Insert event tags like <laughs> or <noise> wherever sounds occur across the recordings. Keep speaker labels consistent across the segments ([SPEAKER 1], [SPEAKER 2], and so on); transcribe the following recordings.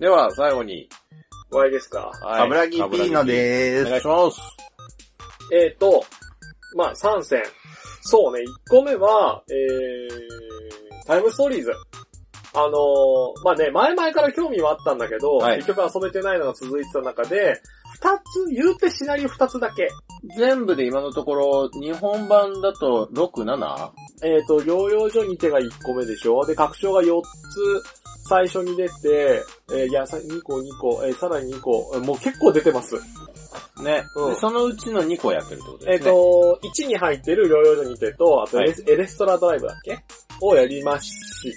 [SPEAKER 1] では、最後に、
[SPEAKER 2] 終わりですか
[SPEAKER 1] はい
[SPEAKER 3] 油木ピーノ
[SPEAKER 1] お
[SPEAKER 3] で
[SPEAKER 1] 願いし
[SPEAKER 3] ーす。
[SPEAKER 1] ます。
[SPEAKER 2] えっ、と、まあ3選。そうね、1個目は、えー、タイムストーリーズ。あのーまあね、前々から興味はあったんだけど、
[SPEAKER 1] はい
[SPEAKER 2] 結局遊べてないのが続いてた中で、2つ、言うてシナリオ2つだけ。
[SPEAKER 1] 全部で今のところ、日本版だと6、7?
[SPEAKER 2] えっ、と、療養所に手が1個目でしょで、確証が4つ最初に出て、えーいや、さ2個2個、えーさらに2個、えーもう結構出てます。
[SPEAKER 1] ね、
[SPEAKER 2] うん
[SPEAKER 1] でそのうちの2個やってるってこと
[SPEAKER 2] え
[SPEAKER 1] で
[SPEAKER 2] っ、
[SPEAKER 1] すね。
[SPEAKER 2] と、1に入ってる療養所にてと、あとエレス、エレストラドライブだっけをやりまし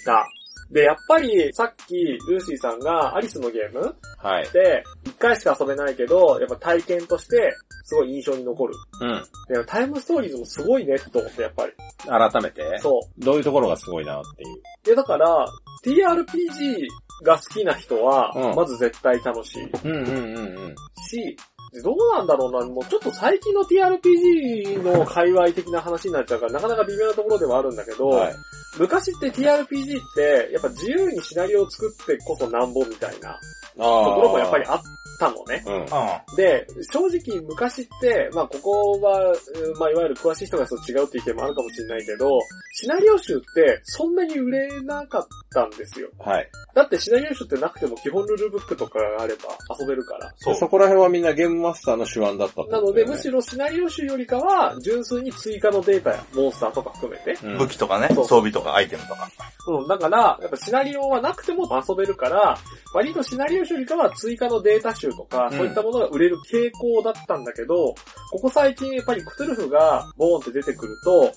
[SPEAKER 2] た。で、やっぱり、さっき、ルーシーさんがアリスのゲーム
[SPEAKER 1] はい。
[SPEAKER 2] で、1回しか遊べないけど、やっぱ体験として、すごい印象に残る。
[SPEAKER 1] うん。
[SPEAKER 2] でタイムストーリーズもすごいね、と思って、やっぱり。
[SPEAKER 1] 改めて、
[SPEAKER 2] そう。
[SPEAKER 1] どういうところがすごいなっていう。
[SPEAKER 2] いや、だから、TRPG が好きな人は
[SPEAKER 1] う、ん
[SPEAKER 2] まず絶対楽しい
[SPEAKER 1] うんうんうんうん。
[SPEAKER 2] し、でどうなんだろうな、もうちょっと最近の TRPG の界隈的な話になっちゃうから、なかなか微妙なところではあるんだけど、
[SPEAKER 1] はい。
[SPEAKER 2] 昔って TRPG って、やっぱ自由にシナリオを作ってこそなんぼみたいな
[SPEAKER 1] あ
[SPEAKER 2] と
[SPEAKER 1] あ
[SPEAKER 2] ころもやっぱりあったのね。
[SPEAKER 1] うん。
[SPEAKER 2] で、正直昔って、まあここは、うんまあいわゆる詳しい人がそう違うっていう意見もあるかもしれないけど、シナリオ集ってそんなに売れなかったんですよ。
[SPEAKER 1] はい。
[SPEAKER 2] だってシナリオ集ってなくても基本ルールブックとかがあれば遊べるから。
[SPEAKER 1] そそこら辺はみんなゲームマスターの手腕だったって
[SPEAKER 2] な
[SPEAKER 1] こ
[SPEAKER 2] の
[SPEAKER 1] と
[SPEAKER 2] で、
[SPEAKER 1] だよね
[SPEAKER 2] むしろシナリオ集よりかは、純粋に追加のデータやモンスターとか含めて。
[SPEAKER 1] うん
[SPEAKER 3] 武器とかね、
[SPEAKER 2] そう
[SPEAKER 3] 装備とかアイテムとか。
[SPEAKER 2] うん、だから、やっぱシナリオはなくても遊べるから、割とシナリオ集よりかは追加のデータ集とか、
[SPEAKER 1] うん
[SPEAKER 2] そういったものが売れる傾向だったんだけど、ここ最近やっぱりクトゥルフがボーンって出てくると、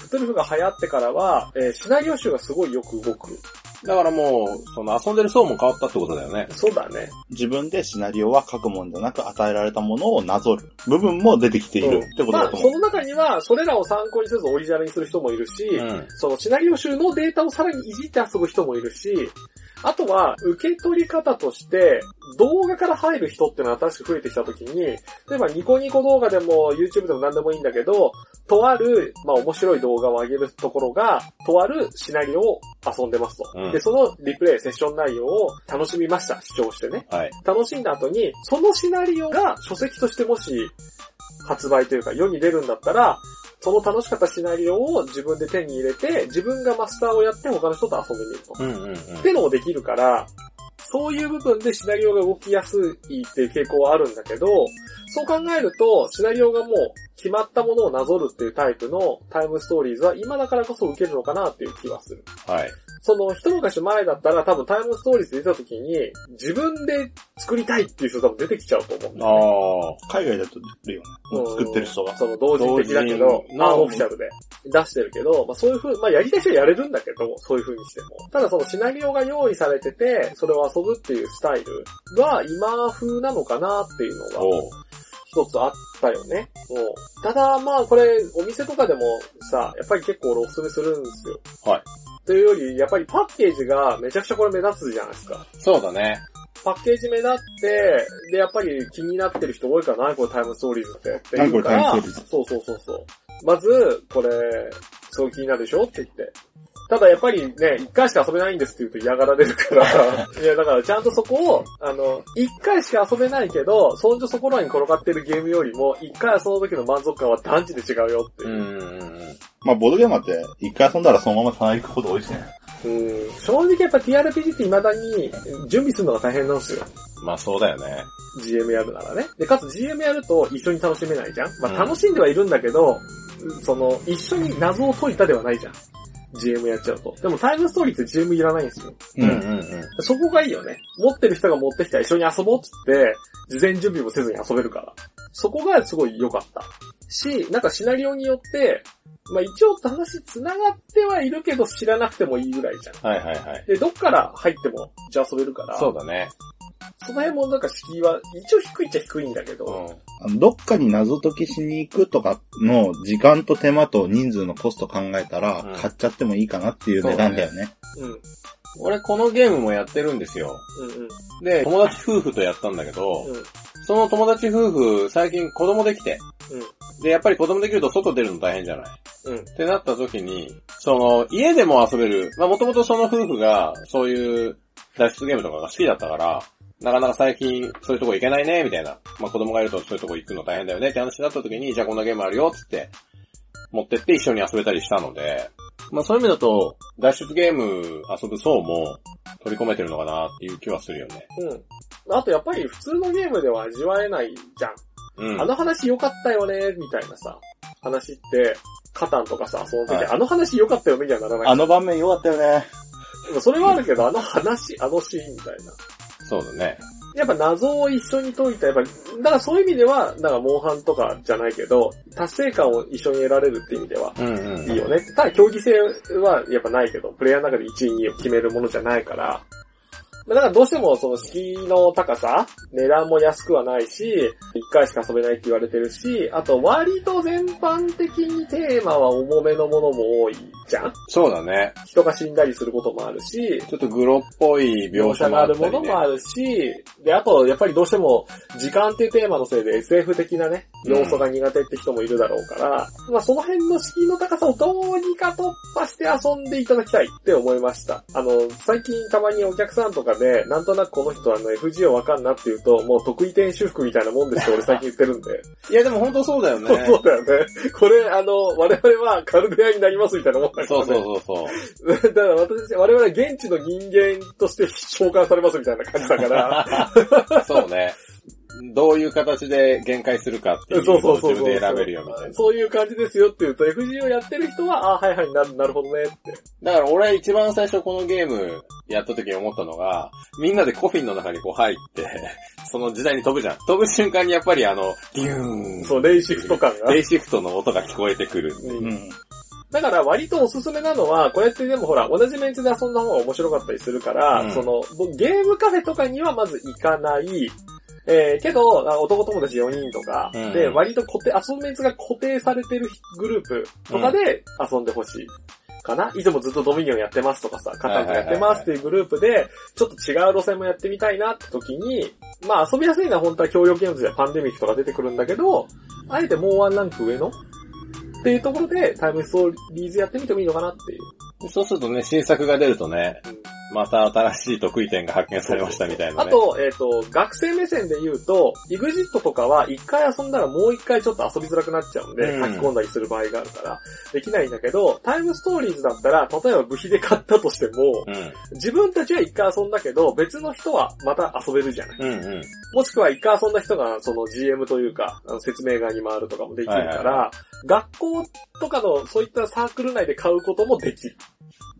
[SPEAKER 2] クトゥルフが流行ってからは、えーシナリオ集がすごいよく動く。
[SPEAKER 1] だからもう、その遊んでる層も変わったってことだよね。
[SPEAKER 2] そうだね。
[SPEAKER 3] 自分でシナリオは書くもんじゃなく与えられたものをなぞる部分も出てきているってこと
[SPEAKER 2] ま
[SPEAKER 3] だ
[SPEAKER 2] あ、
[SPEAKER 3] と
[SPEAKER 2] そ
[SPEAKER 3] 思う。
[SPEAKER 2] の中には、それらを参考にせずオリジナルにする人もいるし、
[SPEAKER 1] ん。
[SPEAKER 2] そのシナリオ集のデータをさらにいじって遊ぶ人もいるし、あとは、受け取り方として、動画から入る人ってのは新しく増えてきたときに、例えばニコニコ動画でも YouTube でも何でもいいんだけど、とある、まあ面白い動画を上げるところが、とあるシナリオを遊んでますと。
[SPEAKER 1] うん
[SPEAKER 2] で、そのリプレイ、セッション内容を楽しみました、視聴してね。
[SPEAKER 1] はい。
[SPEAKER 2] 楽しんだ後に、そのシナリオが書籍としてもし発売というか世に出るんだったら、その楽しかったシナリオを自分で手に入れて、自分がマスターをやって他の人と遊んでみると。
[SPEAKER 1] うんうんうん。
[SPEAKER 2] ってのもできるから、そういう部分でシナリオが動きやすいっていう傾向はあるんだけど、そう考えると、シナリオがもう決まったものをなぞるっていうタイプのタイムストーリーズは今だからこそ受けるのかなっていう気はする。
[SPEAKER 1] はい。
[SPEAKER 2] その一昔前だったら多分タイムストーリーズ出た時に自分で作りたいっていう人多分出てきちゃうと思うんだ
[SPEAKER 1] あ
[SPEAKER 2] よね。
[SPEAKER 1] あ。
[SPEAKER 3] 海外だと出るよね。もう作ってる人が。
[SPEAKER 2] その同人的だけど
[SPEAKER 1] 同、人の
[SPEAKER 2] アンオフィシャルで出してるけど、まあそういう風、まあやりたい人はやれるんだけど、そういう風にしても。ただそのシナリオが用意されてて、それを遊ぶっていうスタイルは今風なのかなっていうのが
[SPEAKER 1] おう
[SPEAKER 2] 一つあったよね。もうただまあこれお店とかでもさ、やっぱり結構俺おすすめするんですよ。
[SPEAKER 1] はい。
[SPEAKER 2] というより、やっぱりパッケージがめちゃくちゃこれ目立つじゃないですか。
[SPEAKER 1] そうだね。
[SPEAKER 2] パッケージ目立って、で、やっぱり気になってる人多いから、何これタイムストーリーズってって
[SPEAKER 3] 何こ
[SPEAKER 2] 言う
[SPEAKER 3] れ
[SPEAKER 2] から。
[SPEAKER 3] タイムストーリーズ
[SPEAKER 2] そうそうそうそう。まず、これ、すごい気になるでしょって言って。ただやっぱりね、一回しか遊べないんですって言うと嫌がられる
[SPEAKER 3] <laughs>
[SPEAKER 2] から。いや、だからちゃんとそこを、あの、一回しか遊べないけど、そんじょそこらに転がってるゲームよりも、一回遊んだ時の満足感は断じて違うよって
[SPEAKER 1] う
[SPEAKER 2] いう。
[SPEAKER 1] んうんうん。
[SPEAKER 3] まあ、ボードゲームだって、一回遊んだらそのままさな行くこと多いしね。
[SPEAKER 2] うん正直やっぱ TRPG って未だに準備するのが大変なんですよ。
[SPEAKER 1] まあそうだよね。
[SPEAKER 2] GM やるならね。で、かつ GM やると一緒に楽しめないじゃんまあ
[SPEAKER 1] うん
[SPEAKER 2] 楽しんではいるんだけど、その、一緒に謎を解いたではないじゃん。GM やっちゃうと。でもタイムストーリーって GM いらないんですよ。
[SPEAKER 1] うんうんうん。
[SPEAKER 2] そこがいいよね。持ってる人が持ってきたら一緒に遊ぼうっつって、事前準備もせずに遊べるから。そこがすごい良かった。し、なんかシナリオによって、まあ一応話繋がってはいるけど知らなくてもいいぐらいじゃん。
[SPEAKER 1] はいはいはい。
[SPEAKER 2] で、どっから入っても、じゃあ遊べるから。
[SPEAKER 1] そうだね。
[SPEAKER 2] その辺もなんか敷居は、一応低いっちゃ低いんだけど、
[SPEAKER 1] う
[SPEAKER 3] あのどっかに謎解きしに行くとかの時間と手間と人数のコスト考えたら
[SPEAKER 1] うん、
[SPEAKER 3] 買っちゃってもいいかなっていう値段だよね。
[SPEAKER 2] うん。
[SPEAKER 1] ん。俺このゲームもやってるんですよ。
[SPEAKER 2] うんうん。
[SPEAKER 1] で、友達夫婦とやったんだけど、
[SPEAKER 2] うん。
[SPEAKER 1] その友達夫婦、最近子供できて。
[SPEAKER 2] う
[SPEAKER 1] で、やっぱり子供できると外出るの大変じゃない
[SPEAKER 2] うん。
[SPEAKER 1] ってなった時に、その、家でも遊べる、まあもともとその夫婦が、そういう、脱出ゲームとかが好きだったから、なかなか最近そういうとこ行けないね、みたいな。まあ子供がいるとそういうとこ行くの大変だよねって話になった時に、じゃあこんなゲームあるよ、つって、持ってって一緒に遊べたりしたので、まあそういう意味だと、脱出ゲーム遊ぶ層も取り込めてるのかなっていう気はするよね。
[SPEAKER 2] うん。あとやっぱり普通のゲームでは味わえないじゃん。
[SPEAKER 1] うん。
[SPEAKER 2] あの話良かったよね、みたいなさ、話って、カタンとかさ、その時、
[SPEAKER 3] はい
[SPEAKER 2] あの話良かったよね、みたいにはならない。
[SPEAKER 3] あの場面良かったよね。
[SPEAKER 2] それはあるけど、あの話、あのシーンみたいな。
[SPEAKER 1] そうだね。
[SPEAKER 2] やっぱ謎を一緒に解いた、やっぱ、だからそういう意味では、だからモンハンとかじゃないけど、達成感を一緒に得られるって意味では、
[SPEAKER 1] うんうん、
[SPEAKER 2] いいよね。ただ競技性はやっぱないけど、プレイヤーの中で1位、2位を決めるものじゃないから、まあだからどうしてもその敷居の高さ、値段も安くはないし、1回しか遊べないって言われてるし、あと割と全般的にテーマは重めのものも多いじゃん
[SPEAKER 1] そうだね。
[SPEAKER 2] 人が死んだりすることもあるし、
[SPEAKER 1] ちょっとグロっぽい描
[SPEAKER 2] 描
[SPEAKER 1] 写も
[SPEAKER 2] 写が
[SPEAKER 1] あ
[SPEAKER 2] あ
[SPEAKER 1] った
[SPEAKER 2] る
[SPEAKER 1] り、
[SPEAKER 2] も
[SPEAKER 1] ね、
[SPEAKER 2] のもあるし、で、あと、やっぱりどうしても、時間っていうテーマのせいで SF 的なね、要素が苦手って人もいるだろうから、まあその辺の敷居の高さをどうにか突破して遊んでいただきたいって思いました。あの、最近たまにお客さんとかで、なんとなくこの人あの FGO わかんなっていうと、もう得意点修復みたいなもんですって俺最近言って
[SPEAKER 1] <laughs>
[SPEAKER 2] るんで。
[SPEAKER 1] いやでも本当そうだよね。
[SPEAKER 2] <laughs> そうだよね。これ、あの、我々はカルデアになりますみたいな <laughs> もんだから
[SPEAKER 1] そ
[SPEAKER 2] ね。
[SPEAKER 1] うそうそうそう。
[SPEAKER 2] <laughs> だから私、我々は現地の人間として召喚されますみたいな感じだ
[SPEAKER 1] <laughs>
[SPEAKER 2] から、 <laughs>
[SPEAKER 1] そうね。どういう形で限界するかっていう
[SPEAKER 2] そうそ
[SPEAKER 1] の
[SPEAKER 2] う
[SPEAKER 1] を
[SPEAKER 2] そう
[SPEAKER 1] 自
[SPEAKER 2] そ
[SPEAKER 1] 分
[SPEAKER 2] う。
[SPEAKER 1] で選べるよみたいな。
[SPEAKER 2] そういう感じですよって言うと、FGO やってる人は、あーはいはい、なるなるほどねって。
[SPEAKER 1] だから俺一番最初このゲームやった時に思ったのが、みんなでコフィンの中にこう入って、その時代に飛ぶじゃん。飛ぶ瞬間にやっぱりあの、ギューン。
[SPEAKER 2] そう、レイシフト感が
[SPEAKER 1] レ。イシフトの音が聞こえてくる。
[SPEAKER 2] う
[SPEAKER 3] うんん。
[SPEAKER 2] だから割とおすすめなのは、こうやってでもほら、同じメンツで遊んだ方が面白かったりするから、
[SPEAKER 1] うん
[SPEAKER 2] その、僕ゲームカフェとかにはまず行かない、えー、けど、あ男友達4人とか、
[SPEAKER 1] うん
[SPEAKER 2] で、割と固定、遊ぶメンツが固定されてるグループとかで遊んでほしい。かないつもずっとドミニオンやってますとかさ、カタンやってますっていうグループで、ちょっと違う路線もやってみたいなって時に、まあ遊びやすいのは本当は教養ゲームズやパンデミックとか出てくるんだけど、あえてもうワンランク上のっていうところでタイムストーリーズやってみてもいいのかなっていう。
[SPEAKER 1] そうするとね、新作が出るとね、
[SPEAKER 2] うん
[SPEAKER 1] また新しい得意点が発見されましたみたいな
[SPEAKER 2] あ
[SPEAKER 1] ね。
[SPEAKER 2] と、えっ、と、学生目線で言うと、EXIT とかは一回遊んだらもう一回ちょっと遊びづらくなっちゃうんで、
[SPEAKER 1] うん
[SPEAKER 2] 書き込んだりする場合があるから、できないんだけど、タイムストーリーズだったら、例えば部費で買ったとしても、
[SPEAKER 1] うん。
[SPEAKER 2] 自分たちは一回遊んだけど、別の人はまた遊べるじゃない。
[SPEAKER 1] うんうん。
[SPEAKER 2] もしくは一回遊んだ人が、その GM というか、あの説明側に回るとかもできるから、
[SPEAKER 1] はいはいは
[SPEAKER 2] 学校とかのそういったサークル内で買うこともできる。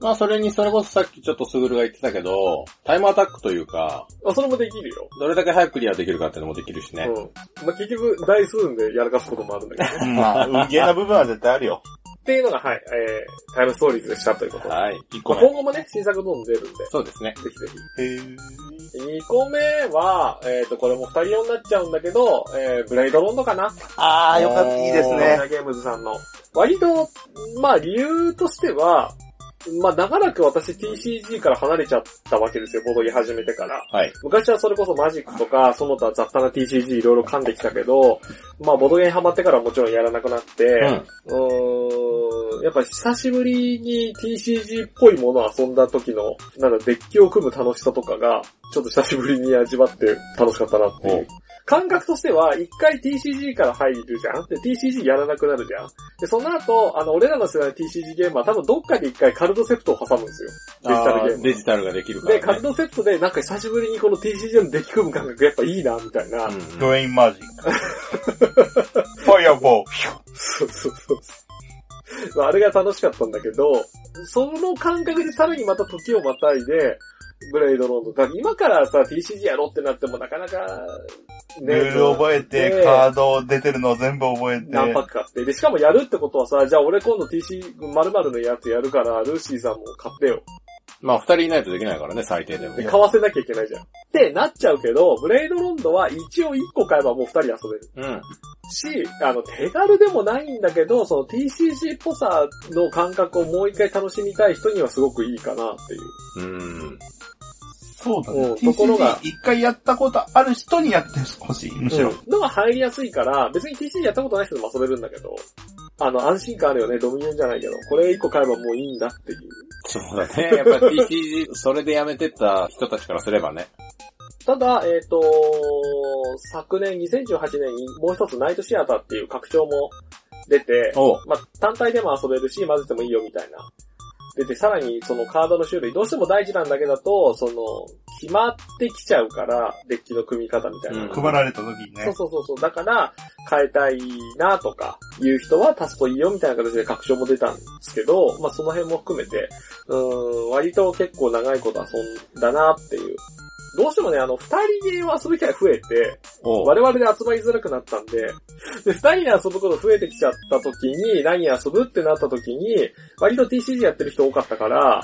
[SPEAKER 1] まあそれにそれこそさっきちょっとスグルが言ってたけど、タイムアタックというか、
[SPEAKER 2] あそれもできるよ。
[SPEAKER 1] どれだけ早くクリアできるかっていうのもできるしね。
[SPEAKER 2] うん。まあ、結局、台数でやらかすこともあるんだ
[SPEAKER 1] <laughs>
[SPEAKER 2] けど。っ
[SPEAKER 3] まあ、運ゲーな部分は絶対あるよ。
[SPEAKER 2] ていうのが、はい、えー、タイムストーリーズでしたということ。まあ
[SPEAKER 1] はい。
[SPEAKER 3] 1個目。
[SPEAKER 2] 今後もね、新作どんどん出るんで、ぜ
[SPEAKER 1] そうですね。
[SPEAKER 2] ひぜひ。
[SPEAKER 3] へー
[SPEAKER 2] 2個目は、えっ、と、これも二人用になっちゃうんだけど、えー、ブレイドロンドかな
[SPEAKER 3] あー、よかった。いいです
[SPEAKER 2] マイ
[SPEAKER 3] ね
[SPEAKER 2] ナ。ーゲームズさんの。割と、まあ理由としては、まあ長らく私 TCG から離れちゃったわけですよ、ボドゲ始めてから。
[SPEAKER 1] はい。
[SPEAKER 2] 昔はそれこそマジックとか、その他雑多な TCG いろいろ噛んできたけど、まあボドゲにハマってからはもちろんやらなくなって、
[SPEAKER 1] うん。
[SPEAKER 2] うーんやっぱ久しぶりに TCG っぽいものを遊んだ時の、なんだ、デッキを組む楽しさとかが、ちょっと久しぶりに味わって楽しかったなってい
[SPEAKER 1] ほ
[SPEAKER 2] う
[SPEAKER 1] う。
[SPEAKER 2] 感覚としては、一回 TCG から入るじゃんで、TCG やらなくなるじゃんで、その後、あの、俺らの世代の TCG ゲームは多分どっかで一回カルドセプトを挟むんですよ。デジタルゲーム
[SPEAKER 1] あデジタルができるか
[SPEAKER 2] で、カ
[SPEAKER 1] ら、
[SPEAKER 2] ル
[SPEAKER 1] ね。
[SPEAKER 2] ドセプトでなんか久しぶりにこの TCG のデッキ組む感覚やっぱいいな、みたいな。
[SPEAKER 1] うんうん
[SPEAKER 3] ドレインマジ
[SPEAKER 2] <laughs>
[SPEAKER 3] ック。ファイアボール。
[SPEAKER 2] そうそうそうそう。まああれが楽しかったんだけど、その感覚でさらにまた時をまたいで、ブレイドロード。だから今からさ、TCG やろうってなってもなかなか、
[SPEAKER 3] ルール覚えて、カード出てるの全部覚えて。
[SPEAKER 2] 何パック買って。で、しかもやるってことはさ、じゃあ俺今度 TC、〇〇のやつやるから、ルーシーさんも買ってよ。
[SPEAKER 1] まあ、二人いないとできないからね、最低でも。
[SPEAKER 2] で、買わせなきゃいけないじゃん。ってなっちゃうけど、ブレイドロンドは一応一個買えばもう二人遊べる。
[SPEAKER 1] うん。
[SPEAKER 2] し、あの、手軽でもないんだけど、その TCG っぽさの感覚をもう一回楽しみたい人にはすごくいいかなってい
[SPEAKER 1] う
[SPEAKER 2] う。
[SPEAKER 1] ん。
[SPEAKER 3] そうだ
[SPEAKER 2] う
[SPEAKER 3] ね
[SPEAKER 2] ん。ところが
[SPEAKER 3] TCG 一回やったことある人にやってほしい。むしろ。
[SPEAKER 2] うんのが入りやすいから、別に TCG やったことない人でも遊べるんだけど、あの、安心感あるよね、ドミニオンじゃないけど、これ一個買えばもういいんだっていう。
[SPEAKER 1] そうだね。 <laughs> やっぱ TCG、それでやめてった人たちからすればね。
[SPEAKER 2] ただ、えっ、と昨年2018年にもう一つナイトシアターっていう拡張も出て、
[SPEAKER 1] おう
[SPEAKER 2] まあ、単体でも遊べるし、混ぜてもいいよみたいな。出て、さらにそのカードの種類、どうしても大事なんだけだと、その、決まってきちゃうから、デッキの組み方みたいな。
[SPEAKER 1] うん
[SPEAKER 4] 配られた時にね
[SPEAKER 2] そう。そうそうそう。だから、変えたいなとか、いう人は足すといいよみたいな形で確証も出たんですけど、まあその辺も含めて、うーん、割と結構長いこと遊んだなっていう。どうしてもね、あの、二人で遊ぶ機会増えて、
[SPEAKER 1] おう
[SPEAKER 2] 我々で集まりづらくなったんで、で、二人で遊ぶこと増えてきちゃった時に、何遊ぶってなった時に、割と TCG やってる人多かったから、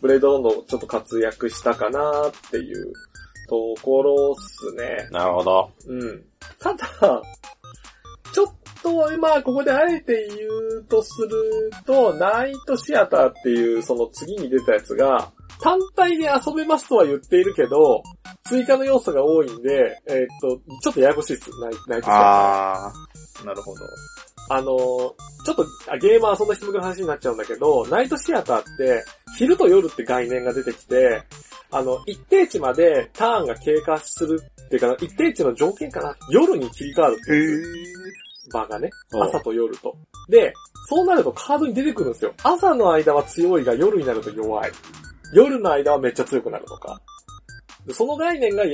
[SPEAKER 2] ブレードロンドちょっと活躍したかなっていうところっすね。
[SPEAKER 1] なるほど。
[SPEAKER 2] うん。ただ、ちょっと、まあ、ここであえて言うとすると、ナイトシアターっていう、その次に出たやつが、単体で遊べますとは言っているけど、追加の要素が多いんで、えーっと、ちょっとややこしいです、ナイナイトシアター。
[SPEAKER 4] あ
[SPEAKER 3] なるほど。
[SPEAKER 2] あのーちょっとあゲーマー遊んだ人向けの話になっちゃうんだけど、ナイトシアターって、昼と夜って概念が出てきて、あの、一定値までターンが経過するっていうかな、一定値の条件かな、夜に切り替わるって
[SPEAKER 4] ー。へ
[SPEAKER 2] いう
[SPEAKER 4] ー。
[SPEAKER 2] 場がね、
[SPEAKER 1] おう
[SPEAKER 2] 朝と夜と。で、そうなるとカードに出てくるんですよ。朝の間は強いが夜になると弱い。夜の間はめっちゃ強くなるとか。でその概念が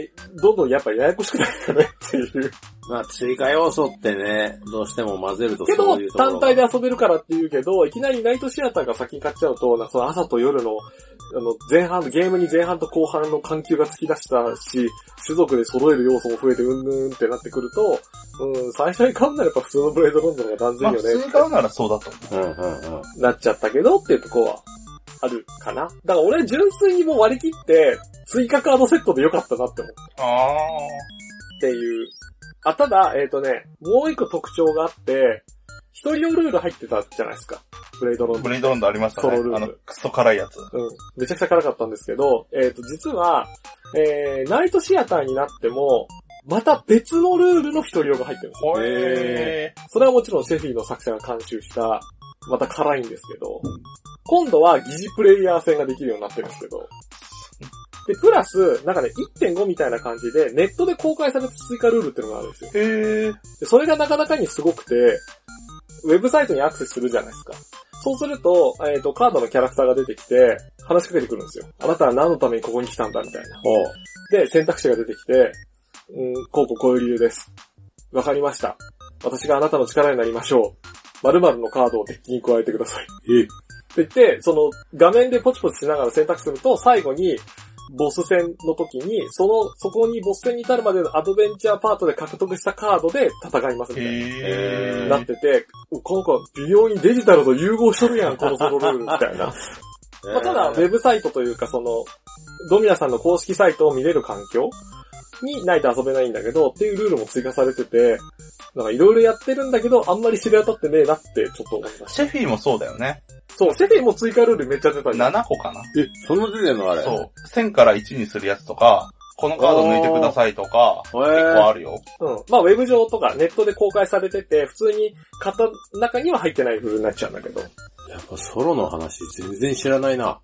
[SPEAKER 2] どんどんやっぱややこしくなるよねっていう。
[SPEAKER 1] まあ、追加要素ってね、どうしても混ぜると
[SPEAKER 2] け
[SPEAKER 1] そ
[SPEAKER 2] ど
[SPEAKER 1] ういう、ところ
[SPEAKER 2] 単
[SPEAKER 1] が
[SPEAKER 2] 体で遊べるからって言うけど、いきなりナイトシアターが先に買っちゃうと、なんかその朝と夜の、あの、前半、ゲームに前半と後半の環境が突き出したし、種族で揃える要素も増えてうんぬんってなってくると、うん、最初に買うならやっぱ普通のブレードロンドンが断
[SPEAKER 4] まあ、
[SPEAKER 2] 然いい
[SPEAKER 4] 普
[SPEAKER 2] よね
[SPEAKER 4] 通
[SPEAKER 2] っ
[SPEAKER 4] に買うならそうだと思う。
[SPEAKER 1] うんうんうん。
[SPEAKER 2] てなっちゃったけどっていうとこはあるかな。だから俺純粋にもう割り切って、追加カードセットでよかったなって思う
[SPEAKER 4] あ
[SPEAKER 2] っていう。あ、ただ、えっ、とね、もう一個特徴があって、一人用ルール入ってたじゃないですか。ブレードロンドン
[SPEAKER 4] ー。ブレードロンドありましたね
[SPEAKER 2] ソロル。ール
[SPEAKER 4] あの、クソ辛いやつ。
[SPEAKER 2] うん。めちゃくちゃ辛かったんですけど、えっ、と、実は、えー、ナイトシアターになっても、また別のルールの一人用が入ってるんですよ。
[SPEAKER 4] ほえ
[SPEAKER 2] それはもちろんシェフィーの作者が監修した、また辛いんですけど、今度は疑似プレイヤー戦ができるようになってるんですけど、で、プラス、なんかね、1.5みたいな感じで、ネットで公開された追加ルールっていうのがあるんですよ。
[SPEAKER 4] ー。へー。
[SPEAKER 2] で、それがなかなかにすごくて、ウェブサイトにアクセスするじゃないですか。そうすると、えっ、と、カードのキャラクターが出てきて、話しかけてくるんですよ。あなたは何のためにここに来たんだみたいな。
[SPEAKER 1] おう
[SPEAKER 2] で、選択肢が出てきて、うん、こうこうこういう理由です。わかりました。私があなたの力になりましょう。〇〇のカードをデッキに加えてください。
[SPEAKER 1] え
[SPEAKER 2] って言って、その画面でポチポチしながら選択すると、最後に、ボス戦の時に、その、そこにボス戦に至るまでのアドベンチャーパートで獲得したカードで戦いますみたいな。
[SPEAKER 4] へー。
[SPEAKER 2] なってて、この子、微妙にデジタルと融合しとるやん、このソロルールみたいな。 <laughs> まあ、ただ、ウェブサイトというか、その、ドミナさんの公式サイトを見れる環境にないと遊べないんだけど、っていうルールも追加されてて、なんかいろいろやってるんだけど、あんまり知れ渡ってねえなってちょっと思いまし
[SPEAKER 4] シェフィーもそうだよね。
[SPEAKER 2] た。そう、シェフィも追加ルールめっちゃ出たじゃん。
[SPEAKER 4] 7個かな。
[SPEAKER 1] え、そんな出てんのあれ。
[SPEAKER 4] そう。1000から1にするやつとか、このカード抜いてくださいとか、
[SPEAKER 1] お
[SPEAKER 4] 結
[SPEAKER 1] え
[SPEAKER 4] 構あるよ。
[SPEAKER 2] うん。まあ、ウェブ上とかネットで公開されてて、普通に型の中には入ってないルールになっちゃうんだけど。
[SPEAKER 1] やっぱソロの話全然知らないな。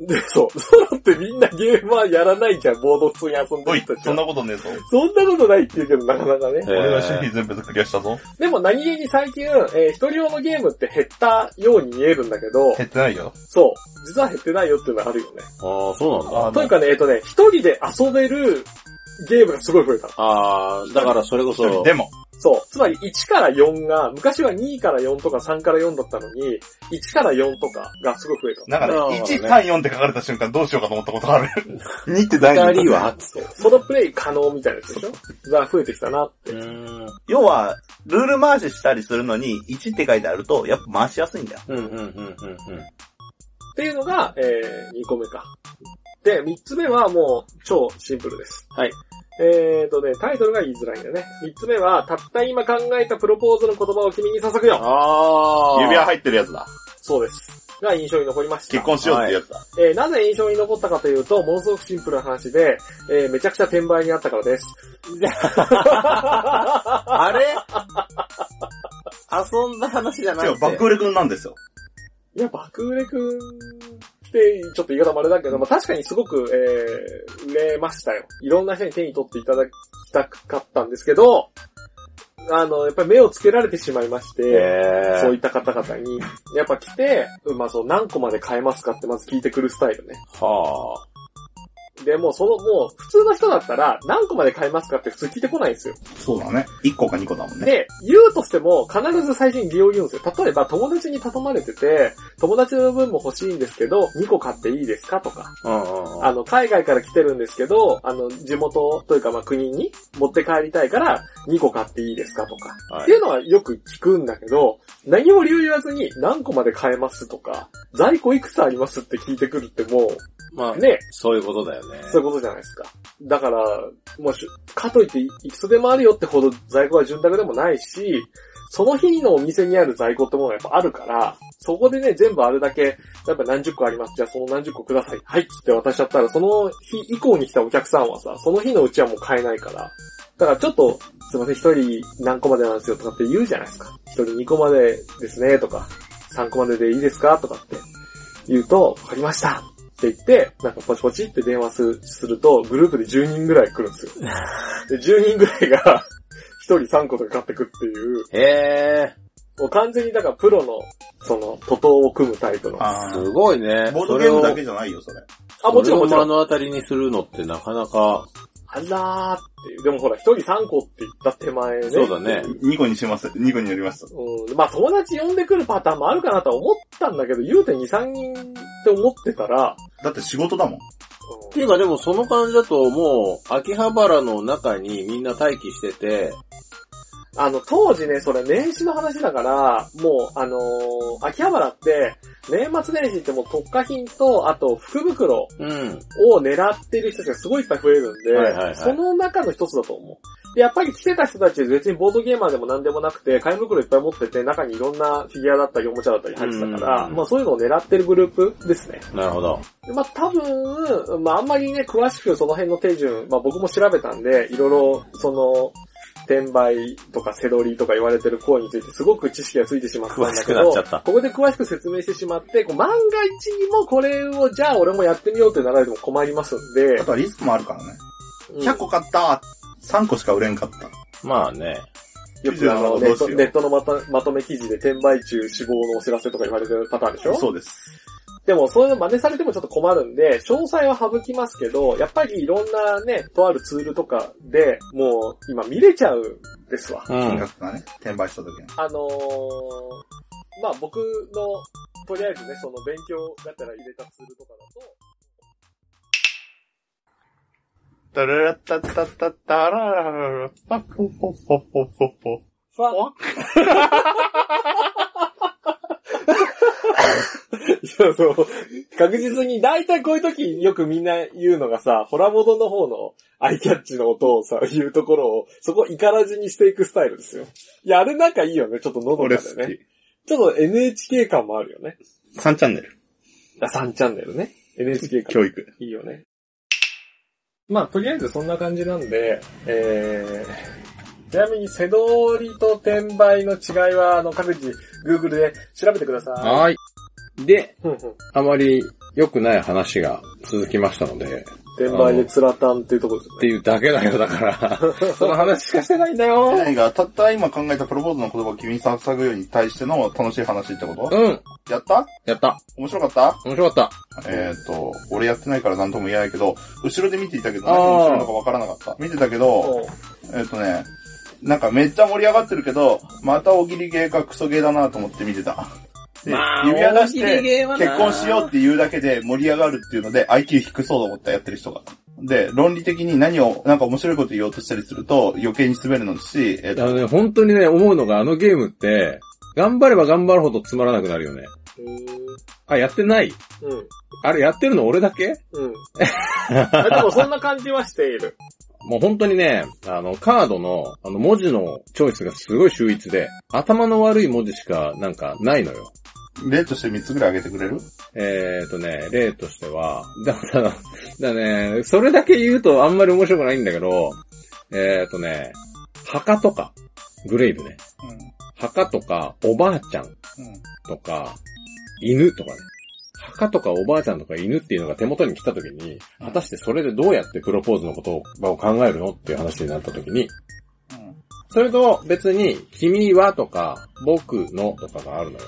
[SPEAKER 2] で、そう、ソロってみんなゲームはやらないじゃん、ボード普通に遊んで
[SPEAKER 4] お
[SPEAKER 2] る
[SPEAKER 4] い
[SPEAKER 2] 人た、ち
[SPEAKER 4] そ
[SPEAKER 2] は
[SPEAKER 4] んなことねえぞ。
[SPEAKER 2] そんなことないって言うけど、なかなかね。
[SPEAKER 4] 俺はシェフィ
[SPEAKER 1] え
[SPEAKER 4] ー全部クリアしたぞ。
[SPEAKER 2] でも何気に最近、えー一人用のゲームって減ったように見えるんだけど、
[SPEAKER 4] 減ってないよ。
[SPEAKER 2] そう、実は減ってないよっていうのはあるよね。
[SPEAKER 1] ああ、そうなんだ。
[SPEAKER 4] あ
[SPEAKER 2] という
[SPEAKER 4] の、
[SPEAKER 2] かね、えっとね、一人で遊べるゲームがすごい増えた。
[SPEAKER 1] ああ、だからそれこそ、
[SPEAKER 3] <laughs>
[SPEAKER 4] でも、
[SPEAKER 2] そう。つまり1から4が、昔は2から4とか3から4だったのに、1から4とかがすごい増えた。
[SPEAKER 4] なんかね、
[SPEAKER 1] なるほどね
[SPEAKER 4] 1、3、4って書かれた瞬間どうしようかと思ったことがある。2って大
[SPEAKER 1] 二
[SPEAKER 4] 丈
[SPEAKER 1] 人
[SPEAKER 4] 夫。
[SPEAKER 1] は
[SPEAKER 2] そう。ソロプレイ可能みたいなやつでしょが増えてきたなって。
[SPEAKER 1] うーん。
[SPEAKER 3] 要は、ルール回ししたりするのに、1って書いてあると、やっぱ回しやすいんだよ。
[SPEAKER 1] うんうんうんうんうん。
[SPEAKER 2] っていうのが、えー、2個目か。で、3つ目はもう超シンプルです。
[SPEAKER 1] はい。
[SPEAKER 2] えーとね、タイトルが言いづらいんだね。3つ目は、たった今考えたプロポーズの言葉を君に捧ぐよ。
[SPEAKER 1] ああ。
[SPEAKER 3] 指輪入ってるやつだ。
[SPEAKER 2] そうです。が印象に残りました。
[SPEAKER 3] 結婚しようってやつだ。
[SPEAKER 2] えーなぜ印象に残ったかというと、ものすごくシンプルな話で、えーめちゃくちゃ転売にあったからです。
[SPEAKER 1] あれ遊んだ話じゃな
[SPEAKER 3] 違う、
[SPEAKER 1] い
[SPEAKER 3] 爆売れくんなんですよ。
[SPEAKER 2] いや、爆売れくんって、ちょっと言い方もあれだけど、まあ、確かにすごく、えー、売れましたよ。いろんな人に手に取っていただきたかったんですけど、あの、やっぱり目をつけられてしまいまして、
[SPEAKER 1] え
[SPEAKER 2] そういった方々に、やっぱ来て、まあそう、何個まで買えますかってまず聞いてくるスタイルね。
[SPEAKER 1] はあ。
[SPEAKER 2] で、もうその、もう、普通の人だったら、何個まで買えますかって普通聞いてこないんですよ。
[SPEAKER 3] そうだね。1個か2個だもんね。
[SPEAKER 2] で、言うとしても、必ず最初に理由を言うんですよ。例えば、友達に頼まれてて、友達の分も欲しいんですけど、2個買っていいですかとか、
[SPEAKER 1] うんうんうん。
[SPEAKER 2] あの、海外から来てるんですけど、あの、地元というか、まあ国に持って帰りたいから、2個買っていいですかとか、
[SPEAKER 1] は
[SPEAKER 2] っ
[SPEAKER 1] い
[SPEAKER 2] ていうのはよく聞くんだけど、何も理由言わずに何個まで買えますとか、在庫いくつありますって聞いてくるっても
[SPEAKER 1] まあ
[SPEAKER 2] う、、ね、
[SPEAKER 1] そういうことだよね。
[SPEAKER 2] そういうことじゃないですか。だから、もうし、かといっていくつでもあるよってほど在庫は潤沢でもないし、その日のお店にある在庫ってものがやっぱあるから、そこでね、全部あれだけ、やっぱ何十個あります。じゃあその何十個ください。はいっつって渡しちゃったら、その日以降に来たお客さんはさ、その日のうちはもう買えないから。だからちょっと、すいません、一人何個までなんですよとかって言うじゃないですか。一人二個までですね、とか、三個まででいいですかとかって言うと、わかりましたって言って、なんかポチポチって電話するすると、グループで10人ぐらい来るんですよ。
[SPEAKER 1] <laughs>
[SPEAKER 2] で、10人ぐらいが、1人3個とか買ってくっていう、
[SPEAKER 1] へえ、
[SPEAKER 2] もう完全にだからプロの、その、徒党を組むタイプの。あ、
[SPEAKER 3] あ
[SPEAKER 1] すごいね。
[SPEAKER 3] ーボードゲームだけじゃないよ、それ。
[SPEAKER 2] もちろんもち
[SPEAKER 1] それ
[SPEAKER 2] ろ
[SPEAKER 1] を
[SPEAKER 2] ん。
[SPEAKER 1] 目の当たりにするのってなかなか、
[SPEAKER 2] あらーっていう。でもほら、1人3個って言った手前ね。
[SPEAKER 1] そうだね。
[SPEAKER 3] 2個にします。2個によります。
[SPEAKER 2] うん、まあ友達呼んでくるパターンもあるかなとは思ったんだけど、言うて2、3人って思ってたら、
[SPEAKER 3] だって仕事だもん。
[SPEAKER 1] っていうかでもその感じだともう、秋葉原の中にみんな待機してて、
[SPEAKER 2] あの、当時ね、それ年始の話だから、もう、あのー秋葉原って、年末年始ってもう特化品と、あと福袋
[SPEAKER 1] うん。
[SPEAKER 2] を狙ってる人たちがすごいいっぱい増えるんで、
[SPEAKER 1] はいはいはい
[SPEAKER 2] その中の一つだと思う。で、やっぱり来てた人たち別にボードゲーマーでも何でもなくて、買い袋いっぱい持ってて、中にいろんなフィギュアだったりおもちゃだったり入ってたから、
[SPEAKER 1] うん
[SPEAKER 2] まあそういうのを狙ってるグループですね。
[SPEAKER 1] なるほど。
[SPEAKER 2] でまあ多分、まああんまりね、詳しくその辺の手順、まあ僕も調べたんで、いろいろ、その、転売とかセロリとか言われてる行為についてすごく知識がついてしまったん
[SPEAKER 1] 詳
[SPEAKER 2] だけど、
[SPEAKER 1] しくなっちゃった
[SPEAKER 2] ここで詳しく説明してしまって、こう万が一にもこれをじゃあ俺もやってみようという流れでも困りますんで
[SPEAKER 3] あ、とはリスクもあるからね。
[SPEAKER 2] うん
[SPEAKER 3] 100個買った、3個しか売れんかった。
[SPEAKER 1] まあね。
[SPEAKER 2] よくあの
[SPEAKER 3] 記事はどうし
[SPEAKER 2] ネ
[SPEAKER 3] よ
[SPEAKER 2] ット
[SPEAKER 3] う
[SPEAKER 2] ネットのまとまとめ記事で転売中死亡のお知らせとか言われてるパターンでしょ
[SPEAKER 3] そうです。
[SPEAKER 2] でも、そういうの真似されてもちょっと困るんで、詳細は省きますけど、やっぱりいろんなね、とあるツールとかで、もう今見れちゃうんですわ。
[SPEAKER 1] う
[SPEAKER 3] 金
[SPEAKER 1] ん。
[SPEAKER 3] 額がね、転売した時に。
[SPEAKER 2] あのー、まあ僕の、とりあえずね、その勉強だったら入れたツールとかだと、
[SPEAKER 4] タララタタタタララララパポポポポポポ。
[SPEAKER 2] ファン。いや、そう。確実に、大体こういう時よくみんな言うのがさ、ホラボドの方のアイキャッチの音をさ、言うところを、そこをイカラジにしていくスタイルですよ。いや、あれなんかいいよね。ちょっと喉
[SPEAKER 3] 俺
[SPEAKER 2] か
[SPEAKER 3] 好
[SPEAKER 2] でね。
[SPEAKER 3] き。
[SPEAKER 2] ちょっと NHK 感もあるよね。
[SPEAKER 3] 3チャンネル。
[SPEAKER 2] あ、3チャンネルね。NHK 感。
[SPEAKER 3] 教育。
[SPEAKER 2] いいよね。まあ、とりあえずそんな感じなんで、えー、ちなみに、セドリと転売の違いは、あの、各自、Google で調べてくださ
[SPEAKER 1] はい。で、
[SPEAKER 2] い。うんうん
[SPEAKER 1] あまり良くない話が続きましたので、
[SPEAKER 2] 転売でツラタンっていうところです
[SPEAKER 1] っ
[SPEAKER 2] よ
[SPEAKER 1] て
[SPEAKER 2] ね。
[SPEAKER 1] いうだけだよ、だ <laughs> から。その話しかしてないんだよ。
[SPEAKER 2] <laughs>
[SPEAKER 3] 何が、たった今考えたプロポーズの言葉を君に捧ぐように対しての楽しい話ってこと、
[SPEAKER 1] うん。
[SPEAKER 3] やった
[SPEAKER 1] やった。
[SPEAKER 3] 面白かった
[SPEAKER 1] 面白かっ
[SPEAKER 3] えっ、ー、と、俺やってないから何とも言えないけど、後ろで見ていたけど、
[SPEAKER 1] あー
[SPEAKER 3] 何をしてるのかわからなかった。見てたけど、
[SPEAKER 2] も
[SPEAKER 3] えっ、とね、なんかめっちゃ盛り上がってるけど、また大喜利ゲーかクソゲーだなと思って見てた。で、
[SPEAKER 1] まあ
[SPEAKER 3] 指輪出し
[SPEAKER 1] 大喜利ゲ
[SPEAKER 3] て
[SPEAKER 1] ーはな
[SPEAKER 3] 結婚しようって言うだけで盛り上がるっていうので IQ 低そうと思ったやってる人が。で、論理的に何を、なんか面白いこと言おうとしたりすると余計に滑るのだし、えっ、
[SPEAKER 1] た。あ
[SPEAKER 3] と、
[SPEAKER 1] のね、本当にね、思うのがあのゲームって、頑張れば頑張るほどつまらなくなるよね。
[SPEAKER 2] う、う
[SPEAKER 1] あ、やってない
[SPEAKER 2] ーんうん。
[SPEAKER 1] あれやってるの俺だけ
[SPEAKER 2] うん。 <laughs> でもそんな感じはしている。
[SPEAKER 1] もう本当にね、あの、カードの、あの、文字のチョイスがすごい秀逸で、頭の悪い文字しか、なんか、ないのよ。
[SPEAKER 3] 例として3つぐらい挙げてくれる
[SPEAKER 1] えーとね、例としては、 <laughs> だから、だね、それだけ言うとあんまり面白くないんだけど、えーとね、墓とか、グレイブね。墓とか、おばあちゃん
[SPEAKER 3] うん。うん。
[SPEAKER 1] とか、犬とかね。墓とかおばあちゃんとか犬っていうのが手元に来た時に、果たしてそれでどうやってプロポーズのことを考えるのっていう話になった時に、
[SPEAKER 3] うん。うん。
[SPEAKER 1] それと別に、君はとか、僕のとかがあるのよ。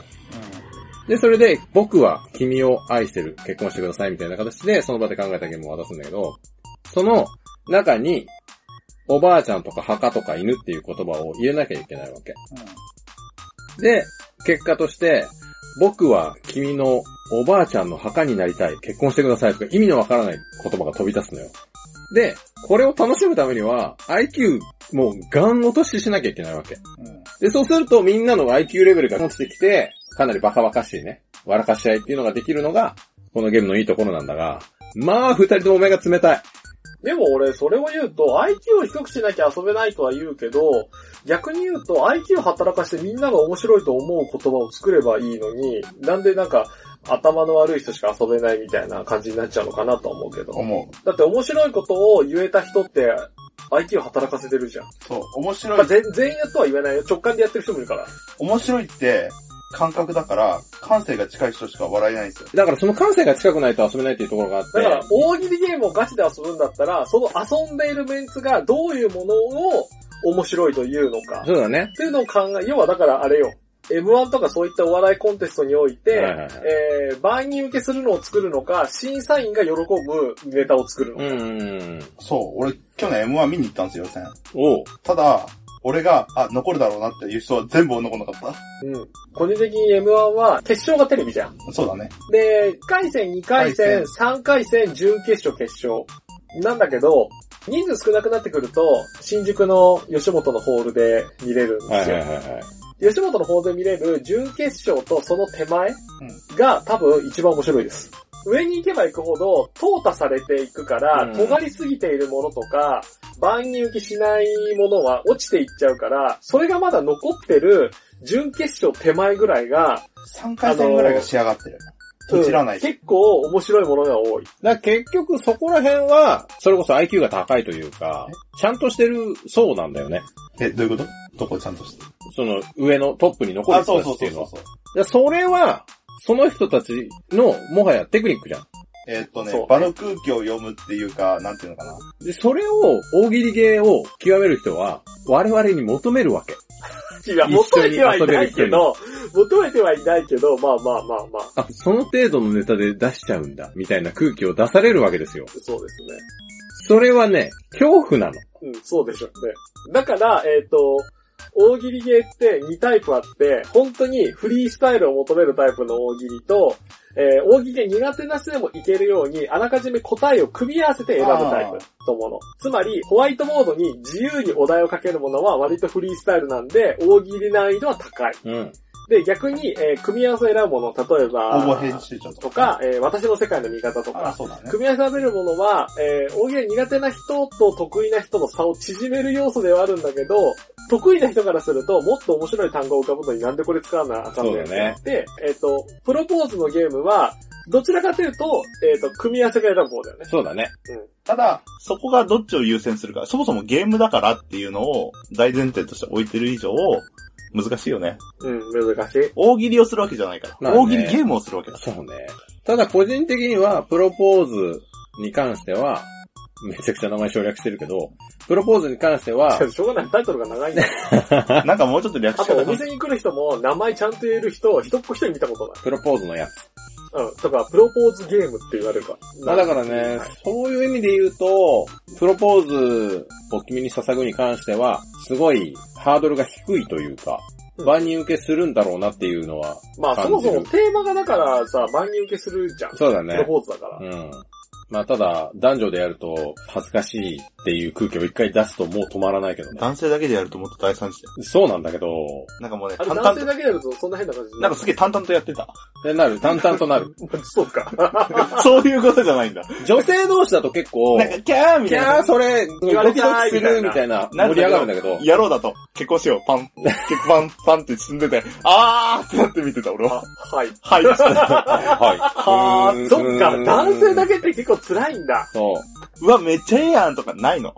[SPEAKER 1] で、それで、僕は君を愛してる、結婚してくださいみたいな形で、その場で考えたゲームを渡すんだけど、その中に、おばあちゃんとか墓とか犬っていう言葉を入れなきゃいけないわけ。で、結果として、僕は君のおばあちゃんの墓になりたい、結婚してくださいとか意味のわからない言葉が飛び出すのよ。で、これを楽しむためには、IQ もうガン落とししなきゃいけないわけ。
[SPEAKER 3] うん。うん。
[SPEAKER 1] で、そうするとみんなの IQ レベルが落ちてきて、かなりバカバカしいね、笑かし合いっていうのができるのが、このゲームのいいところなんだが、まあ、二人とも目が冷たい。
[SPEAKER 2] でも俺、それを言うと、IQ を低くしなきゃ遊べないとは言うけど、逆に言うと、IQ を働かしてみんなが面白いと思う言葉を作ればいいのに、なんでなんか、頭の悪い人しか遊べないみたいな感じになっちゃうのかなとは思うけど。
[SPEAKER 3] 思
[SPEAKER 2] だって面白いことを言えた人って、IQ を働かせてるじゃん。
[SPEAKER 3] う。そう。面白
[SPEAKER 2] まあ、
[SPEAKER 3] い。
[SPEAKER 2] 全全員やとは言えないよ。直感でやってる人もいるから。
[SPEAKER 3] 面白いって、感覚だから、感性が近い人しか笑えないんですよ。
[SPEAKER 1] だからその感性が近くないと遊べないっていうところがあって、
[SPEAKER 2] だから、大喜利ゲームをガチで遊ぶんだったら、その遊んでいるメンツがどういうものを面白いというのか。
[SPEAKER 1] そうだね
[SPEAKER 2] っ。ていうのを考え、要はだからあれよ。M1 とかそういったお笑いコンテストにおい
[SPEAKER 1] は
[SPEAKER 2] て、
[SPEAKER 1] いはいはい
[SPEAKER 2] えー、万人受けするのを作るのか、審査員が喜ぶネタを作るの
[SPEAKER 1] う
[SPEAKER 2] か。
[SPEAKER 1] ん。
[SPEAKER 3] そう。俺、去年 M1 見に行ったんですよ、予選。
[SPEAKER 1] おう。
[SPEAKER 3] ただ、俺が、あ、残るだろうなっていう人は全部残んなかっ
[SPEAKER 2] うん。個人的に M1 は、決勝がテレビじゃん。
[SPEAKER 3] た。そうだね。
[SPEAKER 2] で、1回戦、2回戦、
[SPEAKER 3] 回
[SPEAKER 2] 3回戦、準決勝、決勝。なんだけど、人数少なくなってくると、新宿の吉本のホールで見れるんですよ。
[SPEAKER 1] はいはいはいはい。
[SPEAKER 2] 吉本の方で見れる準決勝とその手前が多分一番面白いです。上に行けば行くほど、淘汰されていくから、
[SPEAKER 1] うん
[SPEAKER 2] 尖りすぎているものとか、万人受けしないものは落ちていっちゃうから、それがまだ残ってる準決勝手前ぐらいが、
[SPEAKER 3] 3回戦ぐらいが仕上がってる。とちらな
[SPEAKER 2] う
[SPEAKER 3] い
[SPEAKER 2] ん。結構面白いものが多い。
[SPEAKER 1] だから結局そこら辺は、それこそ IQ が高いというか、ちゃんとしてる層なんだよね。
[SPEAKER 3] え、どういうことどこちゃんとして。
[SPEAKER 1] その上のトップに残る
[SPEAKER 3] あ、そ
[SPEAKER 1] 人
[SPEAKER 3] う
[SPEAKER 1] たちって
[SPEAKER 3] そうそ
[SPEAKER 1] いううの
[SPEAKER 3] そう
[SPEAKER 1] は。。でそれは、その人たちのもはやテクニックじゃん。
[SPEAKER 3] えーっとね
[SPEAKER 2] そう、
[SPEAKER 3] 場の空気を読むっていうか、なんていうのかな。
[SPEAKER 1] で、それを大喜利芸を極める人は、我々に求めるわけ。
[SPEAKER 2] いや、求めてはいないけど、求めてはいないけど、まあまあまあまあ、
[SPEAKER 1] あ、その程度のネタで出しちゃうんだ、みたいな空気を出されるわけですよ。
[SPEAKER 2] そうですね。
[SPEAKER 1] それはね、恐怖なの。
[SPEAKER 2] うん、そうでしょうね。だから、えっ、と、大喜利ゲーって2タイプあって、本当にフリースタイルを求めるタイプの大喜利と、えー大喜利が苦手な人でもいけるように、あらかじめ答えを組み合わせて選ぶタイプのもの。つまり、ホワイトボードに自由にお題をかけるものは割とフリースタイルなんで、大喜利難易度は高い。
[SPEAKER 1] うん。
[SPEAKER 2] で、逆に、えー組み合わせを選ぶもの、例えば、
[SPEAKER 3] 応募編集長
[SPEAKER 2] とか、、えー私の世界の見方と
[SPEAKER 3] あ、
[SPEAKER 2] か、
[SPEAKER 3] そうだね。
[SPEAKER 2] 組み合わせられるものは、えー、大喜利苦手な人と得意な人の差を縮める要素ではあるんだけど、得意な人からすると、もっと面白い単語を浮かぶのになんでこれ使わなあかんねんってなって、えっ、と、プロポーズのゲームは、どちらかというと、えっ、と、組み合わせが選ぶ方だよね。
[SPEAKER 1] そうだね。
[SPEAKER 3] ただ、
[SPEAKER 4] そこがどっちを優先するか、そもそもゲームだからっていうのを大前提として置いてる以上、難しいよね。
[SPEAKER 2] うん、難しい。
[SPEAKER 4] 大喜利をするわけじゃないから。
[SPEAKER 1] まあね
[SPEAKER 4] 大喜利ゲームをするわけだ。
[SPEAKER 1] そうね。ただ個人的には、プロポーズに関しては、めちゃくちゃ名前省略してるけど、プロポーズに関して <laughs> は、
[SPEAKER 2] しょうがない、タイトルが
[SPEAKER 1] <laughs>
[SPEAKER 2] 長いんだよ。
[SPEAKER 3] <laughs>
[SPEAKER 4] なんかもうちょっと略
[SPEAKER 2] あ
[SPEAKER 4] し
[SPEAKER 2] と、
[SPEAKER 4] 方
[SPEAKER 2] お
[SPEAKER 4] が。
[SPEAKER 2] 店に来る人も、名前ちゃんと言える人、一っ子一人見たこと
[SPEAKER 1] プロポーズのやつ。
[SPEAKER 2] ない。うん、とか、プロポーズゲームって言われるか。
[SPEAKER 1] まあだからね、そういう意味で言うと、プロポーズを君に捧ぐに関しては、すごいハードルが低いというか、
[SPEAKER 2] うん
[SPEAKER 1] 万人受けするんだろうなっていうのは、
[SPEAKER 2] まあ、そもそもテーマがだからさ、万人受けするじゃん。
[SPEAKER 1] そうだ
[SPEAKER 2] プ
[SPEAKER 1] ね
[SPEAKER 2] ロ。ポーズだから
[SPEAKER 1] う。ん。まあただ、男女でやると恥ずかしいっていう空気を一回出すともう止まらないけどね。
[SPEAKER 4] 男性だけでやるともっと大惨事だよ。
[SPEAKER 1] そうなんだけど、
[SPEAKER 4] なんかもうね、
[SPEAKER 2] あ
[SPEAKER 4] 淡
[SPEAKER 2] れ
[SPEAKER 4] 々
[SPEAKER 2] 男性
[SPEAKER 4] と、
[SPEAKER 2] だけやるとそんな変な感じ
[SPEAKER 4] なんかすげえ淡々とやって
[SPEAKER 3] <laughs>
[SPEAKER 4] た。
[SPEAKER 1] でなる、淡々と
[SPEAKER 2] <laughs>
[SPEAKER 1] なる。
[SPEAKER 2] そうか。
[SPEAKER 4] そういうことじゃないんだ。
[SPEAKER 1] 女性同士だと結構
[SPEAKER 4] な、んか、キャーみ
[SPEAKER 1] キ
[SPEAKER 4] たい
[SPEAKER 1] ャー
[SPEAKER 4] な。
[SPEAKER 1] それ、ドキ
[SPEAKER 2] われ
[SPEAKER 1] ドキ
[SPEAKER 2] たーい
[SPEAKER 1] するみたいな、
[SPEAKER 4] な
[SPEAKER 1] 盛り上がるんだけど、
[SPEAKER 4] やろうだと。結婚しよう。パ
[SPEAKER 3] <laughs>
[SPEAKER 4] ン。結パン、パンって進んでて、あーってなって見てた、俺は。
[SPEAKER 2] はい。
[SPEAKER 4] はい。
[SPEAKER 1] はい。
[SPEAKER 2] あ
[SPEAKER 1] うー
[SPEAKER 2] ー、
[SPEAKER 1] ん
[SPEAKER 2] そっか。男性だけって結構辛いんだ。
[SPEAKER 1] そう。
[SPEAKER 3] <laughs>
[SPEAKER 4] うわ、めっちゃええやんとかないの。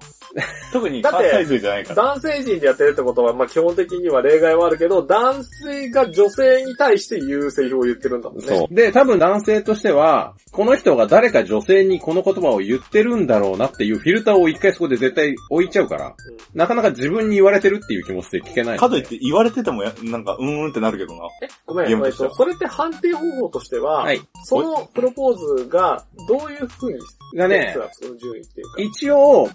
[SPEAKER 4] 特に
[SPEAKER 2] だって
[SPEAKER 4] 関西勢じゃないから。
[SPEAKER 2] 男性陣でやってるってことは、まあ基本的には例外はあるけど、男性が女性に対して言うセリフを言ってるんだもんね。
[SPEAKER 1] そう。で、多分男性としては、この人が誰か女性にこの言葉を言ってるんだろうなっていうフィルターを一回そこで絶対置いちゃうから、なかなか自分に言われてるっていう気持ちで聞けない。
[SPEAKER 4] かといって言われててもや、なんか、うーんってなるけどな。
[SPEAKER 2] え、ごめん、
[SPEAKER 4] ゲーム
[SPEAKER 2] え
[SPEAKER 4] と
[SPEAKER 2] っ
[SPEAKER 4] しては
[SPEAKER 2] と、それって判定方法としては、
[SPEAKER 1] はい。
[SPEAKER 2] そのプロポーズがどういう風に、
[SPEAKER 1] がね
[SPEAKER 2] 実、はその順位っていうか。
[SPEAKER 1] 一応、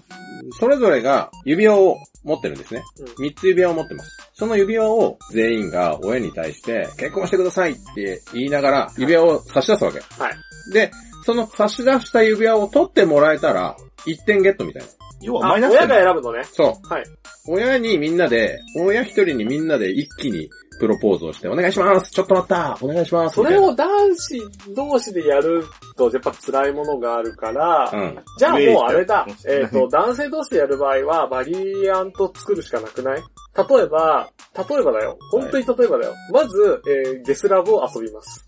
[SPEAKER 1] それぞれが指輪を持ってるんですね
[SPEAKER 2] うん。
[SPEAKER 1] 三つ指輪を持ってます。その指輪を全員が親に対して、結婚してくださいって言いながら、指輪を差し出すわけ。
[SPEAKER 2] はい。
[SPEAKER 1] で、その差し出した指輪を取ってもらえたら、1点ゲットみたいな。
[SPEAKER 4] 要は
[SPEAKER 2] あ、
[SPEAKER 4] マイナ
[SPEAKER 2] 親
[SPEAKER 4] ス点
[SPEAKER 2] が選ぶのね。
[SPEAKER 1] そう。
[SPEAKER 2] はい。
[SPEAKER 1] 親にみんなで、親一人にみんなで一気にプロポーズをして、お願いしますちょっと待ったお願いします
[SPEAKER 2] そ
[SPEAKER 1] みた
[SPEAKER 2] れ
[SPEAKER 1] いな
[SPEAKER 2] を男子同士でやると、やっぱ辛いものがあるから、
[SPEAKER 1] うん。
[SPEAKER 2] じゃあもうあれだ
[SPEAKER 4] ウェイっ、て
[SPEAKER 2] えっ、と、男性同士でやる場合は、バリアント作るしかなくない例えば、例えばだよ。本当に例えばだよ。まず、えーゲスラブを遊びます。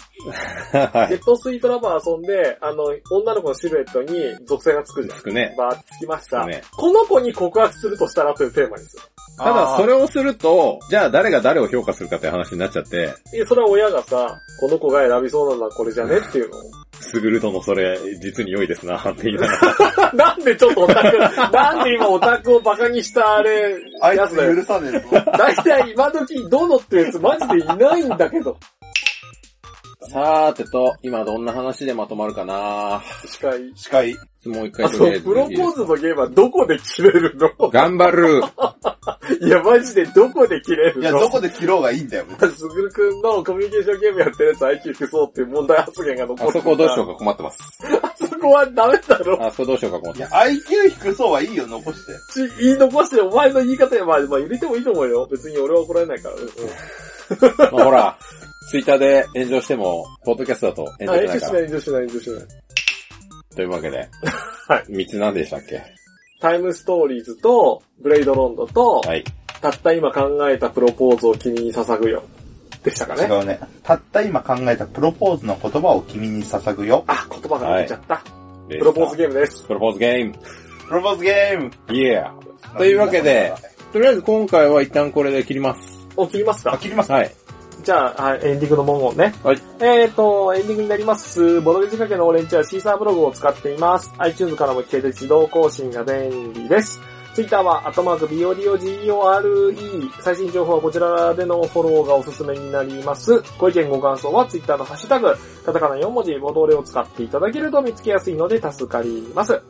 [SPEAKER 1] は
[SPEAKER 2] ゲットスイートラブを遊んで、あの、女の子のシルエットに属性がつく
[SPEAKER 1] い。
[SPEAKER 2] じゃ
[SPEAKER 1] つ
[SPEAKER 2] ん。
[SPEAKER 1] くね。
[SPEAKER 2] バーってつきました。
[SPEAKER 1] ね
[SPEAKER 2] この子に告白するとしたらというテーマにす
[SPEAKER 1] ただ、それをすると、じゃあ誰が誰を評価するかって話になっちゃって、
[SPEAKER 2] る。え、それは親がさ、この子が選びそうなのはこれじゃねっていうのを。 <laughs>
[SPEAKER 1] すぐるとのそれ、実に良いですな、って言いながら。
[SPEAKER 2] なんでちょっとオタク、なんで今オタクをバカにしたあれ、
[SPEAKER 3] あい
[SPEAKER 2] やつだよ。
[SPEAKER 3] つ許さねえぞ。 <laughs>
[SPEAKER 2] だいたい今時、どのってやつマジでいないんだけど。
[SPEAKER 1] <laughs> さーてと、今どんな話でまとまるかな
[SPEAKER 2] しかい。
[SPEAKER 3] 司会。
[SPEAKER 1] もう一
[SPEAKER 2] あ
[SPEAKER 1] 回とりあ
[SPEAKER 2] と
[SPEAKER 1] え、ず
[SPEAKER 2] プロポーズのゲームはどこで切れるの
[SPEAKER 1] 頑張る。
[SPEAKER 2] いや、マジでどこで切れる
[SPEAKER 3] い
[SPEAKER 2] の
[SPEAKER 3] や、どこで切ろうがいいんだよ。
[SPEAKER 2] すぐるくんのコミュニケーションゲームやってるやつ IQ 低そうっていう問題発言が残
[SPEAKER 1] あ
[SPEAKER 2] ってる
[SPEAKER 1] そこどうしようか困ってます。
[SPEAKER 2] あそこはダメだろ。
[SPEAKER 1] あそこどうしようか困っ
[SPEAKER 3] い
[SPEAKER 1] て
[SPEAKER 3] や
[SPEAKER 1] ま、
[SPEAKER 3] IQ 低そうはいいよ、残して。
[SPEAKER 2] ち言い残して、お前の言い方や、まあ、まあ、入れてもいいと思うよ。別に俺は怒られないから。うんうん。
[SPEAKER 1] す。まあほら、ツイッターで炎上しても、ポッドキャストだと炎
[SPEAKER 2] あ、
[SPEAKER 1] 上しない
[SPEAKER 2] 炎上
[SPEAKER 1] から
[SPEAKER 2] しな。い、炎上しない、炎上しない。
[SPEAKER 1] というわけで。。
[SPEAKER 2] はい
[SPEAKER 1] つなんでしたっけ
[SPEAKER 2] タイムストーリーズと、ブレイドロンドと、
[SPEAKER 1] はい。
[SPEAKER 2] たった今考えたプロポーズを君に捧ぐよ。でしたか
[SPEAKER 3] 違
[SPEAKER 2] ね。
[SPEAKER 3] うね。たった今考えたプロポーズの言葉を君に捧ぐよ。
[SPEAKER 2] あ、言葉が抜けちゃった。
[SPEAKER 1] プ
[SPEAKER 2] プロポーズゲームです。
[SPEAKER 1] プロポーズゲーム。
[SPEAKER 3] プロポーズゲーム
[SPEAKER 1] イエーというわけで、とりあえず今回は一旦これで切ります。
[SPEAKER 2] お、切ります
[SPEAKER 3] あ、
[SPEAKER 2] か
[SPEAKER 3] 切ります。
[SPEAKER 1] はい。
[SPEAKER 2] じゃああ、エンディングの文言ね。
[SPEAKER 1] はい。
[SPEAKER 2] えーと、エンディングになります。ボドゲ仕掛けのオレンジはシーサーブログを使っています。iTunes からも聞けて自動更新が便利です。Twitter は、アトマーク BODOGEORE。最新情報はこちらでのフォローがおすすめになります。ご意見ご感想は Twitter のハッシュタグ、カタカナ4文字、ボドレを使っていただけると見つけやすいので助かります。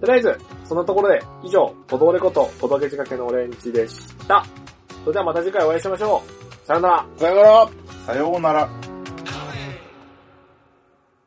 [SPEAKER 2] とりあえず、そんなところで、以上、ボドレこと、ボドゲ仕掛けのオレンジでした。それではまた次回お会いしましょう。さよなら。
[SPEAKER 1] さよなら
[SPEAKER 3] さようなら。